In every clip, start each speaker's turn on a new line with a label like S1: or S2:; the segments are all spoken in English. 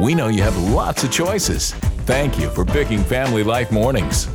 S1: We know you have lots of choices. Thank you for picking Family Life Mornings.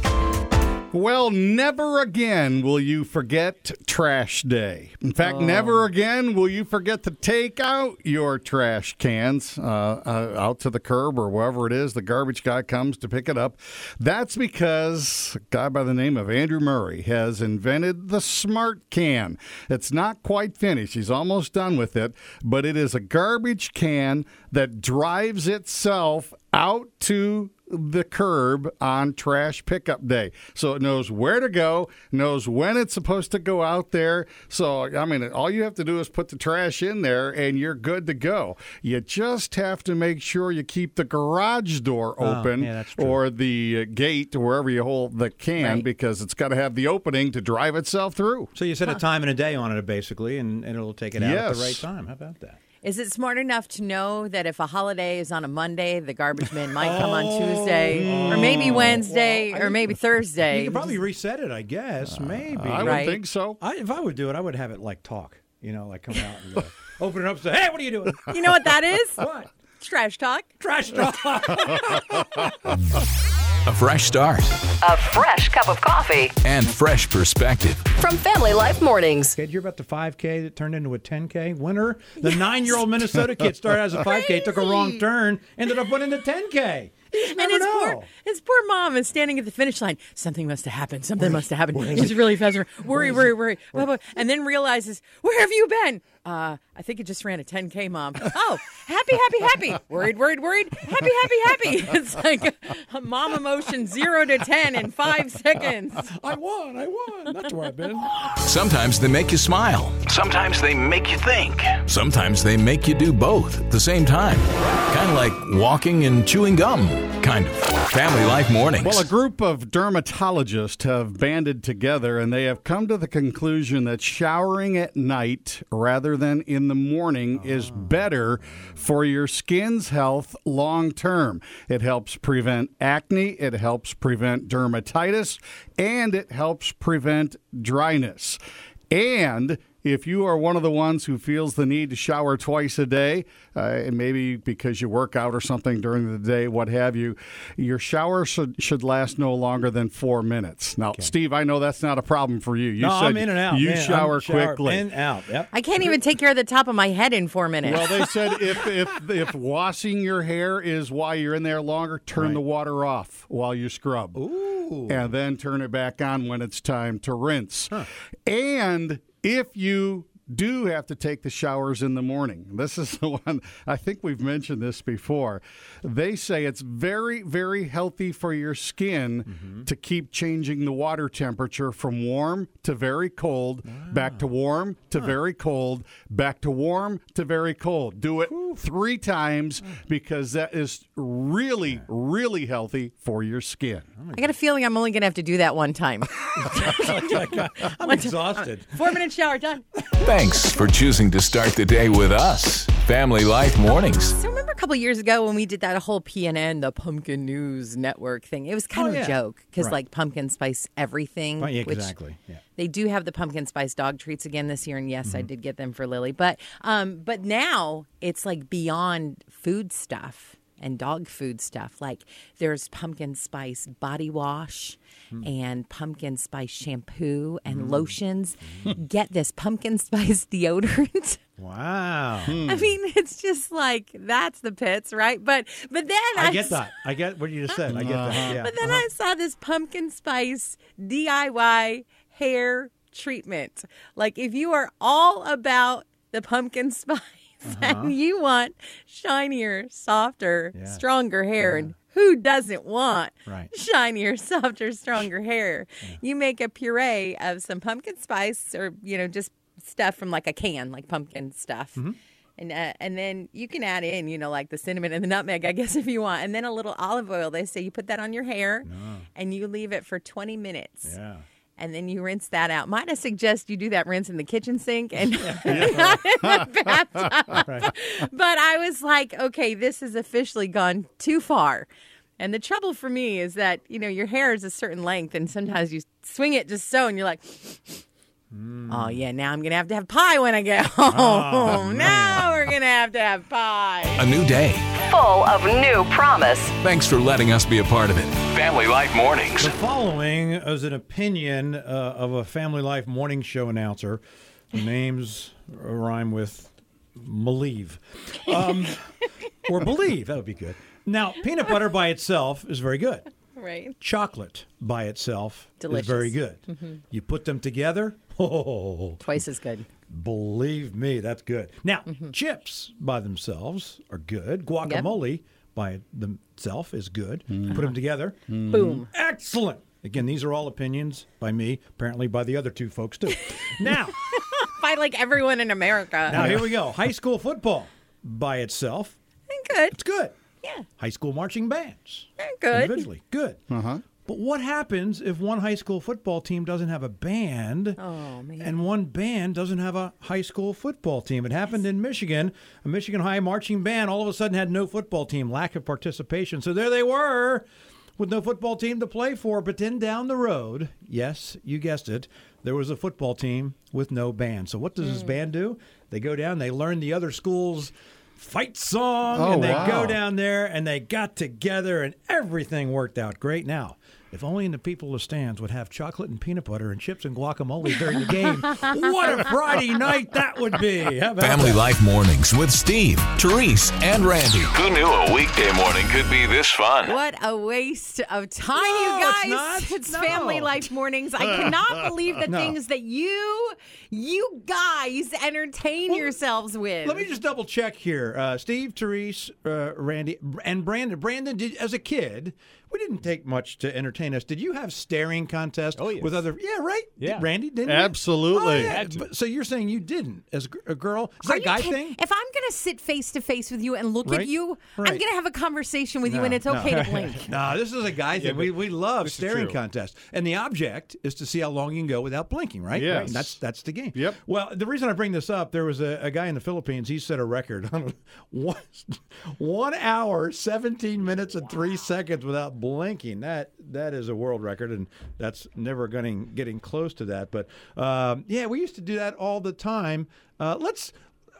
S2: Well, never again will you forget trash day. In fact, never again will you forget to take out your trash cans uh, uh, out to the curb or wherever it is the garbage guy comes to pick it up. That's because a guy by the name of Andrew Murray has invented the smart can. It's not quite finished, he's almost done with it, but it is a garbage can that drives itself out to the curb on trash pickup day. So it knows where to go, knows when it's supposed to go out there. So, I mean, all you have to do is put the trash in there and you're good to go. You just have to make sure you keep the garage door open
S3: Oh, yeah, that's true.
S2: or the uh, gate, wherever you hold the can,
S4: Right.
S2: because it's got to have the opening to drive itself through.
S3: So you set a time and a day on it, basically, and, and it'll take it out at
S2: Yes.
S3: the right time. How about that?
S4: Is it smart enough to know that if a holiday is on a Monday, the garbage man might come on
S3: Oh,
S4: Tuesday, or maybe Wednesday, or maybe Thursday?
S3: You could probably reset it, I guess. maybe.
S2: Uh, I
S4: Right.
S2: would think so.
S3: I, if I would do it, I would have it like talk. You know, like come out and uh, open it up, and say, "Hey, what are you doing?
S4: You know what that is?
S3: what
S4: Trash talk.
S3: trash talk?"
S1: A fresh start
S5: A fresh cup of coffee
S1: and fresh perspective.
S5: from Family Life Mornings.
S3: Kid, you're about the 5K that turned into a 10K winner. The nine-year-old Minnesota kid started as a 5K, took a wrong turn, ended up winning the 10K. You just
S4: And
S3: never
S4: his
S3: know.
S4: poor, his poor mom is standing at the finish line. Something must have happened. Something must have happened. She's really fast. Worry, worry, worry. Blah, blah. And then realizes, where have you been? Uh, I think it just ran a 10K, mom. Oh, happy, happy, happy. Worried, worried, worried. Happy, happy, happy. It's like a mom emotion zero to 10 in five seconds.
S3: I won. I won. That's where I've been.
S1: Sometimes they make you smile. Sometimes they make you think. Sometimes they make you do both at the same time. Kind of like walking and chewing gum. Kind of. Family Life Mornings.
S2: Well, a group of dermatologists have banded together and they have come to the conclusion that showering at night rather than in the morning is better for your skin's health long term. It helps prevent acne, it helps prevent dermatitis, and it helps prevent dryness. And if you are one of the ones who feels the need to shower twice a day, uh, and maybe because you work out or something during the day, what have you, your shower should, should last no longer than four minutes. Now, Steve, I know that's not a problem for you. You
S3: no,
S2: said
S3: I'm in and out.
S2: You
S3: man. I'm
S2: shower
S3: shower
S2: quickly.
S3: In out. Yep.
S4: I can't even take care of the top of my head in four minutes.
S2: well, they said if, if if washing your hair is why you're in there longer, turn the water off while you scrub. and then turn it back on when it's time to rinse. And if you do have to take the showers in the morning. This is the one, I think we've mentioned this before. They say it's very, very healthy for your skin to keep changing the water temperature from warm to very cold, back to warm to very cold, back to warm to very cold. Do it three times because that is really, really healthy for your skin.
S4: I got a feeling I'm only going to have to do that one time.
S3: I'm exhausted.
S4: Four minute shower, done.
S1: Thanks for choosing to start the day with us. Family Life Mornings.
S4: So remember a couple years ago when we did that whole PNN, the Pumpkin News Network thing? It was kind
S3: Oh,
S4: of
S3: yeah.
S4: a joke because
S3: Right.
S4: like pumpkin spice everything.
S3: Right, yeah,
S4: which
S3: exactly, yeah. Mm-hmm.
S4: They do have the pumpkin spice dog treats again this year, and yes, I did get them for Lily. But um, but now it's like beyond food stuff and dog food stuff. Like there's pumpkin spice body wash
S3: Hmm.
S4: and pumpkin spice shampoo and lotions.
S3: Hmm.
S4: Get this pumpkin spice deodorant.
S3: Wow.
S4: I mean, it's just like that's the pits, right? But but then I,
S3: I get
S4: saw-
S3: that. Uh-huh. I get what you just said. I get that. Yeah.
S4: But then I saw this pumpkin spice DIY hair treatment. Like if you are all about the pumpkin spice
S3: Uh-huh.
S4: and you want shinier, softer,
S3: Yeah.
S4: stronger hair and who doesn't want
S3: Right.
S4: shinier, softer, stronger hair? You make a puree of some pumpkin spice or, you know, just stuff from like a can, like pumpkin stuff. And, uh, and then you can add in, you know, like the cinnamon and the nutmeg, I guess, if you want. And then a little olive oil. They say you put that on your hair and you leave it for 20 minutes.
S3: yeah.
S4: And then you rinse that out. Might I suggest you do that rinse in the kitchen sink and not in the bathtub? But I was like, okay, this has officially gone too far. And the trouble for me is that, you know, your hair is a certain length and sometimes you swing it just so and you're like, oh, yeah, now I'm going to have to have pie when I get home. now we're going to have to have pie.
S1: A new day.
S5: full of new promise.
S1: Thanks for letting us be a part of it. Family Life Mornings.
S3: The following is an opinion uh, of a Family Life morning show announcer. The names rhyme with believe. Um, or believe. That would be good. Now, peanut butter by itself is very good.
S4: Right.
S3: Chocolate by itself
S4: Delicious. Mm-hmm.
S3: is very good. You put them together, oh,
S4: Twice as good.
S3: Believe me, that's good. Now,
S4: Mm-hmm.
S3: chips by themselves are good. Guacamole by themself is good. Put them together.
S4: Boom.
S3: Excellent. Again, these are all opinions by me, apparently by the other two folks too. now,
S4: By like everyone in America.
S3: now here we go. High school football by itself,
S4: Good.
S3: it's good.
S4: Yeah.
S3: High school marching bands,
S4: Good.
S3: individually, good. Uh-huh. But what happens if one high school football team doesn't have a band
S4: Oh, man.
S3: and one band doesn't have a high school football team? It happened in Michigan. A Michigan High marching band all of a sudden had no football team, lack of participation. So there they were with no football team to play for. But then down the road, yes, you guessed it, there was a football team with no band. So what does
S4: Mm.
S3: this band do? They go down, they learn the other school's fight song,
S2: Oh,
S3: and they
S2: wow.
S3: go down down there and they got together and everything worked out great. Now, if only the people in the stands would have chocolate and peanut butter and chips and guacamole during the game, what a Friday night that would be. How about
S1: Family
S3: that?
S1: Life Mornings with Steve, Therese, and Randy.
S6: Who knew a weekday morning could be this fun?
S4: What a waste of time,
S3: No,
S4: you
S3: it's
S4: guys.
S3: not.
S4: It's
S3: No.
S4: family life mornings. I cannot believe the things that you you guys entertain yourselves with.
S3: Let me just double check here. Uh, Steve, Therese, uh, Randy, and Brandon. Brandon, did, as a kid, we didn't take much to entertain us. Did you have staring contests oh, with other? Yeah, right.
S7: Yeah.
S3: Randy didn't. you?
S2: Absolutely.
S3: Oh, yeah.
S7: Had to.
S3: But- so you're saying you didn't as gr- a girl? Is
S4: Are
S3: that a
S4: you
S3: guy
S4: kidding?
S3: thing?
S4: If I'm going to sit face to face with you and look
S3: Right?
S4: at you, I'm
S3: Right.
S4: going to have a conversation with you,
S3: No,
S4: and it's
S3: no.
S4: okay to blink.
S3: No, this is a guy thing. we, we love
S7: this is
S3: staring
S7: true.
S3: contests. And the object is to see how long you can go without blinking, right?
S2: Yes.
S3: Right. And that's that's the game.
S2: Yep.
S3: Well, the reason I bring this up, there was a, a guy in the Philippines, he set a record on one, one hour, 17 minutes, and three seconds without blinking. That That is a world record, and that's never getting, getting close to that. But um, yeah, we used to do that all the time. Uh, let's.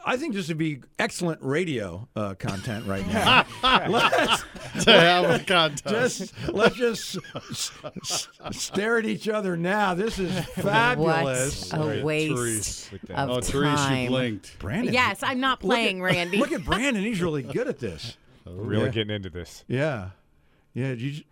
S3: I think this would be excellent radio uh, content right now. Let's-
S2: to have a contest.
S3: just let's just s- s- stare at each other now. This is fabulous.
S4: What a waste
S2: Therese.
S4: of
S2: Oh, Therese,
S4: time.
S2: you blinked.
S3: Brandon,
S4: Yes, I'm not playing, Randy.
S3: look at Brandon. He's really good at this.
S7: Really getting into this.
S3: Yeah, yeah. Did you, j-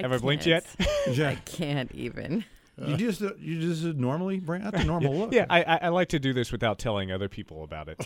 S7: Have I blinked yet?
S3: yeah.
S4: Can't even.
S3: you just you just normally Brandon. That's a normal look.
S7: Uh. Yeah, I, I, I like to do this without telling other people about it.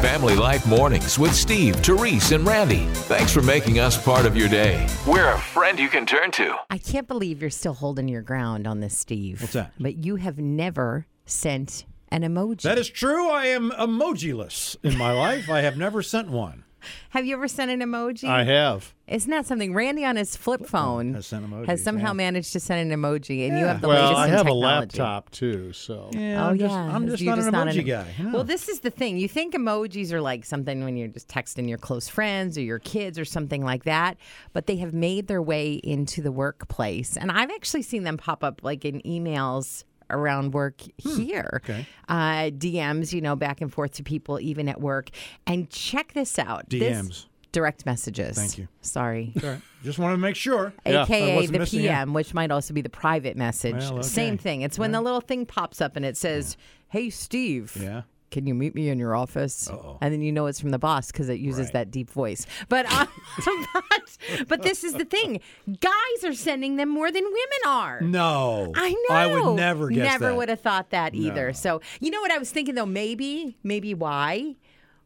S1: Family Life Mornings with Steve, Therese, and Randy. Thanks for making us part of your day.
S6: We're a friend you can turn to.
S4: I can't believe you're still holding your ground on this, Steve. What's
S3: that?
S4: But you have never sent an emoji.
S3: That is true. I am emojiless in my life. I have never sent one.
S4: have you ever sent an emoji?
S2: I have.
S4: Isn't that something? Randy on his flip phone
S3: has sent emojis,
S4: has somehow
S3: yeah.
S4: managed to send an emoji, and you have the
S2: Well,
S4: latest
S2: I
S4: in
S2: have a
S4: technology.
S2: laptop too, so.
S3: Yeah,
S4: Oh
S3: I'm
S4: yeah,
S3: just, I'm just
S4: you're
S3: not an emoji
S4: emo-
S3: guy. Yeah.
S4: Well, this is the thing. You think emojis are like something when you're just texting your close friends or your kids or something like that, but they have made their way into the workplace, and I've actually seen them pop up like in emails around work
S3: Hmm,
S4: here, uh, DMs, you know, back and forth to people even at work. And check this out: This-
S3: DMs.
S4: direct messages.
S3: Thank you.
S4: Sorry.
S3: Sorry. just want to make sure.
S2: Yeah, I
S4: AKA
S3: wasn't
S4: the
S3: missing it.
S4: PM, which might also be the private message.
S3: Well, okay.
S4: Same thing. It's when the little thing pops up and it says, Hey, Steve.
S3: Yeah.
S4: Can you meet me in your office? And then you know it's from the boss because it uses that deep voice. But, uh, but but this is the thing: guys are sending them more than women are.
S3: No,
S4: I know.
S3: I would never guess
S4: Never
S3: that.
S4: would have thought that either. So you know what I was thinking though? Maybe, maybe why?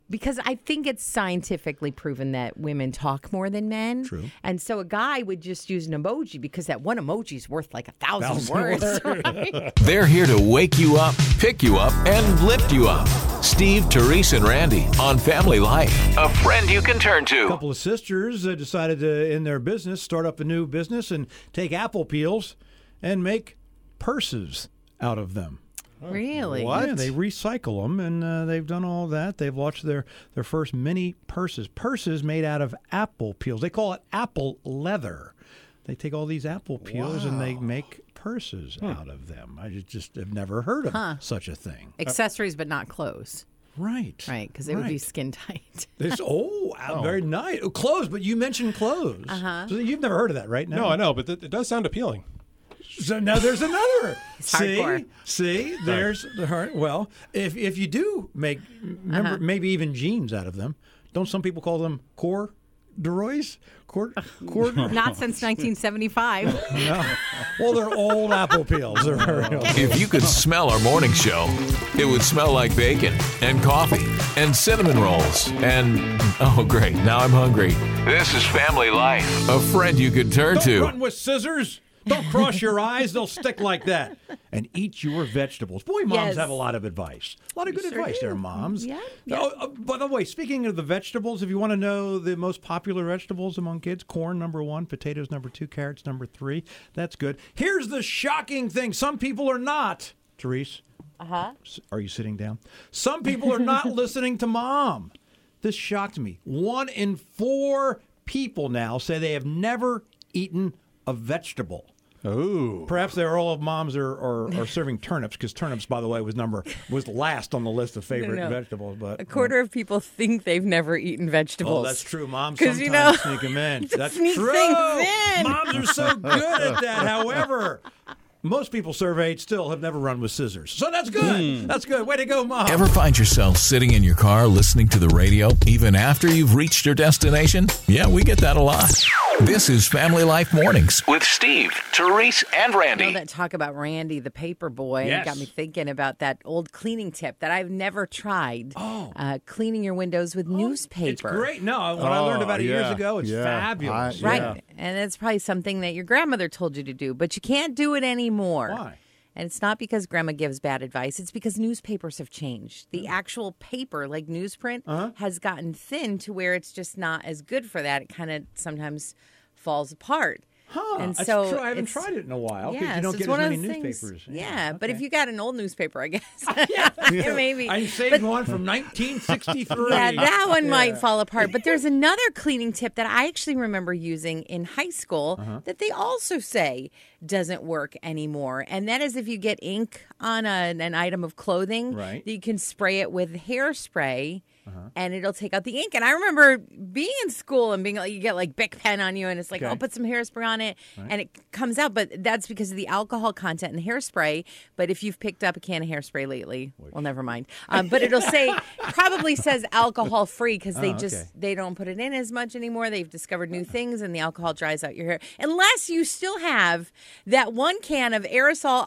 S4: Because I think it's scientifically proven that women talk more than men. True. And so a guy would just use an emoji because that one emoji is worth like a thousand,
S3: Thousand
S4: words.
S1: They're here to wake you up, pick you up, and lift you up. Steve, Therese, and Randy on Family Life.
S6: A friend you can turn to.
S3: couple of sisters uh, decided to, in their business, start up a new business and take apple peels and make purses out of them.
S4: Really?
S3: Yeah, they recycle them, and uh, they've done all that. They've launched their their first mini purses. Purses made out of apple peels. They call it apple leather. They take all these apple peels and they make purses
S4: Hmm.
S3: out of them. I ju- just have never heard of such a thing.
S4: Accessories, but not clothes.
S3: Right.
S4: Right, because it would be
S3: right.
S4: skin tight.
S3: This, oh, uh, very nice. Oh, clothes, but you mentioned clothes. Uh-huh. So you've never heard of that, right?
S8: No, I know, but th- it does sound appealing.
S3: So now there's another. see,
S4: hardcore.
S3: see, there's the heart. Well, if if you do make,
S4: Uh-huh.
S3: remember, maybe even jeans out of them. Don't some people call them corduroys? Cord, cord.
S4: Not since 1975.
S3: well, they're old apple peels. They're very old.
S1: If you could smell our morning show, it would smell like bacon and coffee and cinnamon rolls and oh great, now I'm hungry.
S6: This is family life.
S1: A friend you could turn
S3: Don't
S1: to.
S3: run with scissors. Don't cross your eyes. They'll stick like that. And eat your vegetables. Boy, moms
S4: Yes.
S3: have a lot of advice. A lot of good advice there, moms.
S4: Yeah,
S3: Oh, uh, by the way, speaking of the vegetables, if you want to know the most popular vegetables among kids, corn number one, potatoes number two, carrots number three. That's good. Here's the shocking thing some people are not, Therese.
S4: Uh-huh.
S3: S- Are you sitting down? Some people are not listening to mom. This shocked me. One in four people now say they have never eaten a vegetable. Ooh. Perhaps they're all of moms are, are, are serving turnips because turnips, by the way, was number was last on the list of favorite
S4: no.
S3: vegetables. But um,
S4: A quarter of people think they've never eaten vegetables.
S3: Oh, that's true. Moms
S4: 'Cause,
S3: sometimes
S4: you
S3: sneak
S4: know,
S3: 'em sneak them in. That's
S4: sneak
S3: true.
S4: things in.
S3: Moms are so good at that. However, most people surveyed still have never run with scissors. So that's good.
S2: Hmm.
S3: That's good. Way to go, mom.
S1: Ever find yourself sitting in your car listening to the radio even after you've reached your destination? Yeah, we get that a lot. This is Family Life Mornings.
S6: With Steve, Therese, and
S4: All
S6: Randy.
S4: that talk about Randy, the paper boy,
S3: Yes.
S4: got me thinking about that old cleaning tip that I've never tried. Oh, uh, cleaning your windows with newspaper.
S3: Oh, It's great. No, when I learned
S2: Oh,
S3: about it years
S2: yeah.
S3: ago, it's
S2: Yeah.
S3: fabulous.
S2: I-
S4: Right.
S2: Yeah.
S4: And it's probably something that your grandmother told you to do, but you can't do it anymore.
S3: Why?
S4: And it's not because grandma gives bad advice, it's because newspapers have changed. The
S3: Mm.
S4: actual paper, like newsprint,
S3: Uh-huh.
S4: has gotten thin to where it's just not as good for that. It kind of sometimes falls apart.
S3: Huh,
S4: And
S3: that's
S4: so
S3: true. I haven't
S4: it's-
S3: tried it in a while because you
S4: Yeah, so
S3: don't
S4: it's
S3: get as
S4: one of
S3: many
S4: those things-
S3: newspapers.
S4: Yeah, but if
S3: okay.
S4: you got an old newspaper, I guess. yeah, maybe.
S3: I'm saving one from 1963.
S4: Yeah, that one might fall apart. But there's another cleaning tip that I actually remember using in high school that they also say doesn't work anymore. And that is if you get ink on a- an item of clothing,
S3: Right.
S4: that you can spray it with hairspray. And it'll take out the ink. And I remember being in school and being like, you get like Bic pen on you, and it's like, oh, put some hairspray on it, and it comes out. But that's because of the alcohol content in hairspray. But if you've picked up a can of hairspray lately, well, never mind. Um, but it'll say probably says alcohol free because they
S3: Oh, okay.
S4: just they don't put it in as much anymore. They've discovered new things, and the alcohol dries out your hair. Unless you still have that one can of aerosol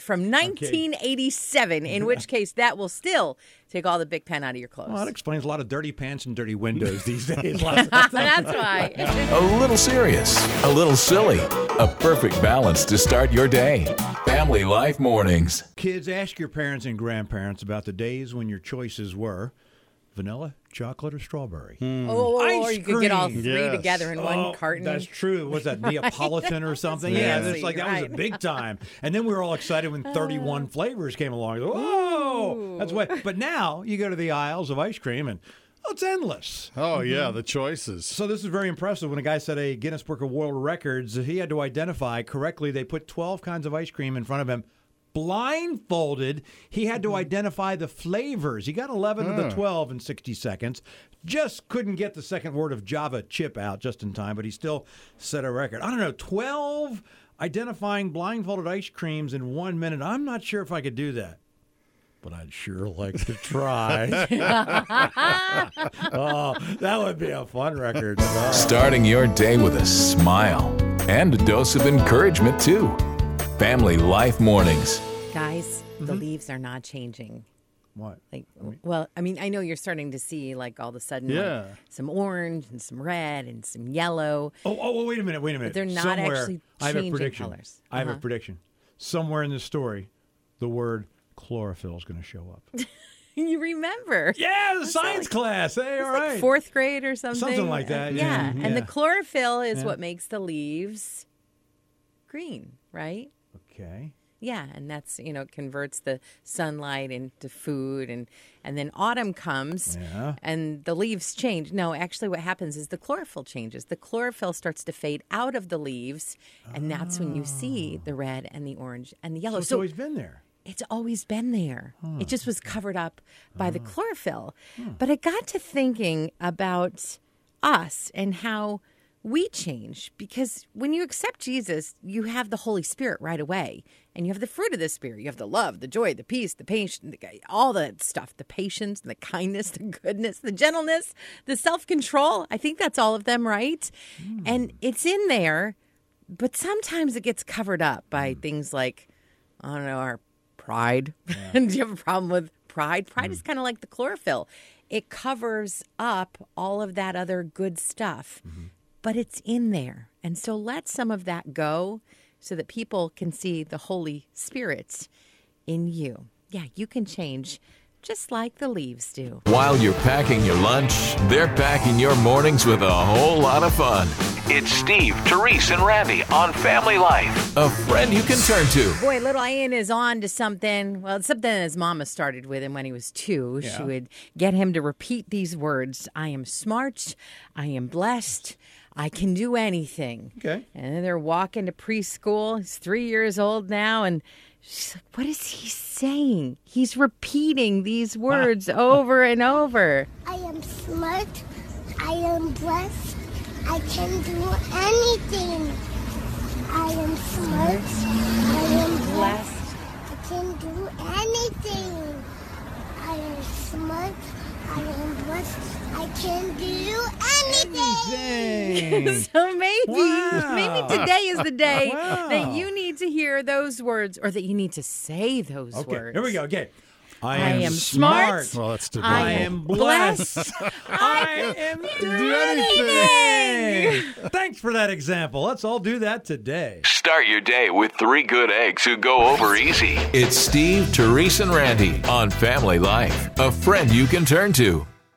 S4: from 1987, in which case that will still take all the Bic pen out of your clothes.
S3: Well, that explains a lot of dirty pants and dirty windows these days. Lots of
S4: that's why.
S1: A little serious, a little silly, a perfect balance to start your day. Family Life Mornings.
S3: Kids, ask your parents and grandparents about the days when your choices were vanilla, chocolate, or strawberry.
S4: Oh,
S3: Hmm. Ice
S4: or you could get all
S3: cream.
S4: three
S2: Yes.
S4: together in
S3: Oh,
S4: one carton.
S3: That's true. Was that Neapolitan or something?
S4: That's
S3: Yeah,
S4: fancy,
S3: it's like that was a
S4: right. Uh.
S3: big time. And then we were all excited when 31 flavors came along. Whoa, that's why. But now you go to the aisles of ice cream and oh, it's endless.
S2: Oh yeah, the choices.
S3: So this is very impressive. When a guy set a Guinness Book of World Records, he had to identify correctly. They put 12 kinds of ice cream in front of him. Blindfolded, he had to identify the flavors. He got 11 of the 12 in 60 seconds. Just couldn't get the second word of Java chip out just in time, but he still set a record. I don't know, 12 identifying blindfolded ice creams in one minute. I'm not sure if I could do that, but I'd sure like to try. oh, that would be a fun record. Oh.
S1: Starting your day with a smile and a dose of encouragement, too. Family Life Mornings.
S4: Guys, the
S3: Mm-hmm.
S4: leaves are not changing.
S3: What?
S4: Like, well, I mean, I know you're starting to see like all of a sudden, like,
S2: Yeah.
S4: some orange and some red and some yellow.
S3: Oh, oh, oh, wait a minute, wait a minute.
S4: they're not
S3: Somewhere,
S4: actually
S3: I have a
S4: changing
S3: prediction.
S4: colors.
S3: I have a
S4: Uh-huh.
S3: prediction. Somewhere in this story, the word chlorophyll is going to show up.
S4: you remember?
S3: yeah, the science class. Hey, all
S4: Like
S3: right.
S4: fourth grade or something.
S3: like that,
S4: Uh,
S3: yeah,
S4: Yeah. And the
S3: yeah.
S4: chlorophyll is what makes the leaves green, right?
S3: okay.
S4: Yeah, and that's you know it converts the sunlight into food, and and then autumn comes, and the leaves change. No, actually, what happens is the chlorophyll changes. The chlorophyll starts to fade out of the leaves, and that's when you see the red and the orange and the yellow.
S3: Ah. It's always been there.
S4: It's always been there. It just was covered up by the chlorophyll. But I got to thinking about us and how we change because when you accept Jesus, you have the Holy Spirit right away. And you have the fruit of the Spirit. You have the love, the joy, the peace, the patience, the, all that stuff the patience, the kindness, the goodness, the gentleness, the self control. I think that's all of them, right? And it's in there, but sometimes it gets covered up by things like I don't know, our pride. Do you have a problem with pride? Pride is kind of like the chlorophyll. It covers up all of that other good stuff, but it's in there. And so let some of that go so that people can see the Holy Spirit in you. Yeah, you can change just like the leaves do.
S1: While you're packing your lunch, they're packing your mornings with a whole lot of fun.
S6: It's Steve, Therese, and Randy on Family Life.
S1: A friend you can turn to.
S4: Boy, little Ian is on to something. Well, it's something his mama started with him when he was two. She would get him to repeat these words I am smart, I am blessed, I can do anything.
S3: Okay.
S4: And then they're walking to preschool. He's three years old now. And she's like, What is he saying? He's repeating these words over and over.
S9: I am smart. I am blessed. I can do anything. I am smart. I am blessed. I can do anything. I am smart. I am blessed. I can do anything.
S3: Dang.
S4: So maybe,
S3: Wow.
S4: maybe today is the day that
S3: Wow.
S4: you need to hear those words, or that you need to say those
S3: okay,
S4: words.
S3: here we go. Okay. I,
S4: am smart.
S2: Well, that's too
S4: I
S3: I
S2: bad.
S3: am blessed. I am
S2: Do anything.
S3: anything. Thanks for that example. Let's all do that today.
S6: Start your day with three good eggs who go over easy.
S1: It's Steve, Therese, and Randy on Family Life. A friend you can turn to.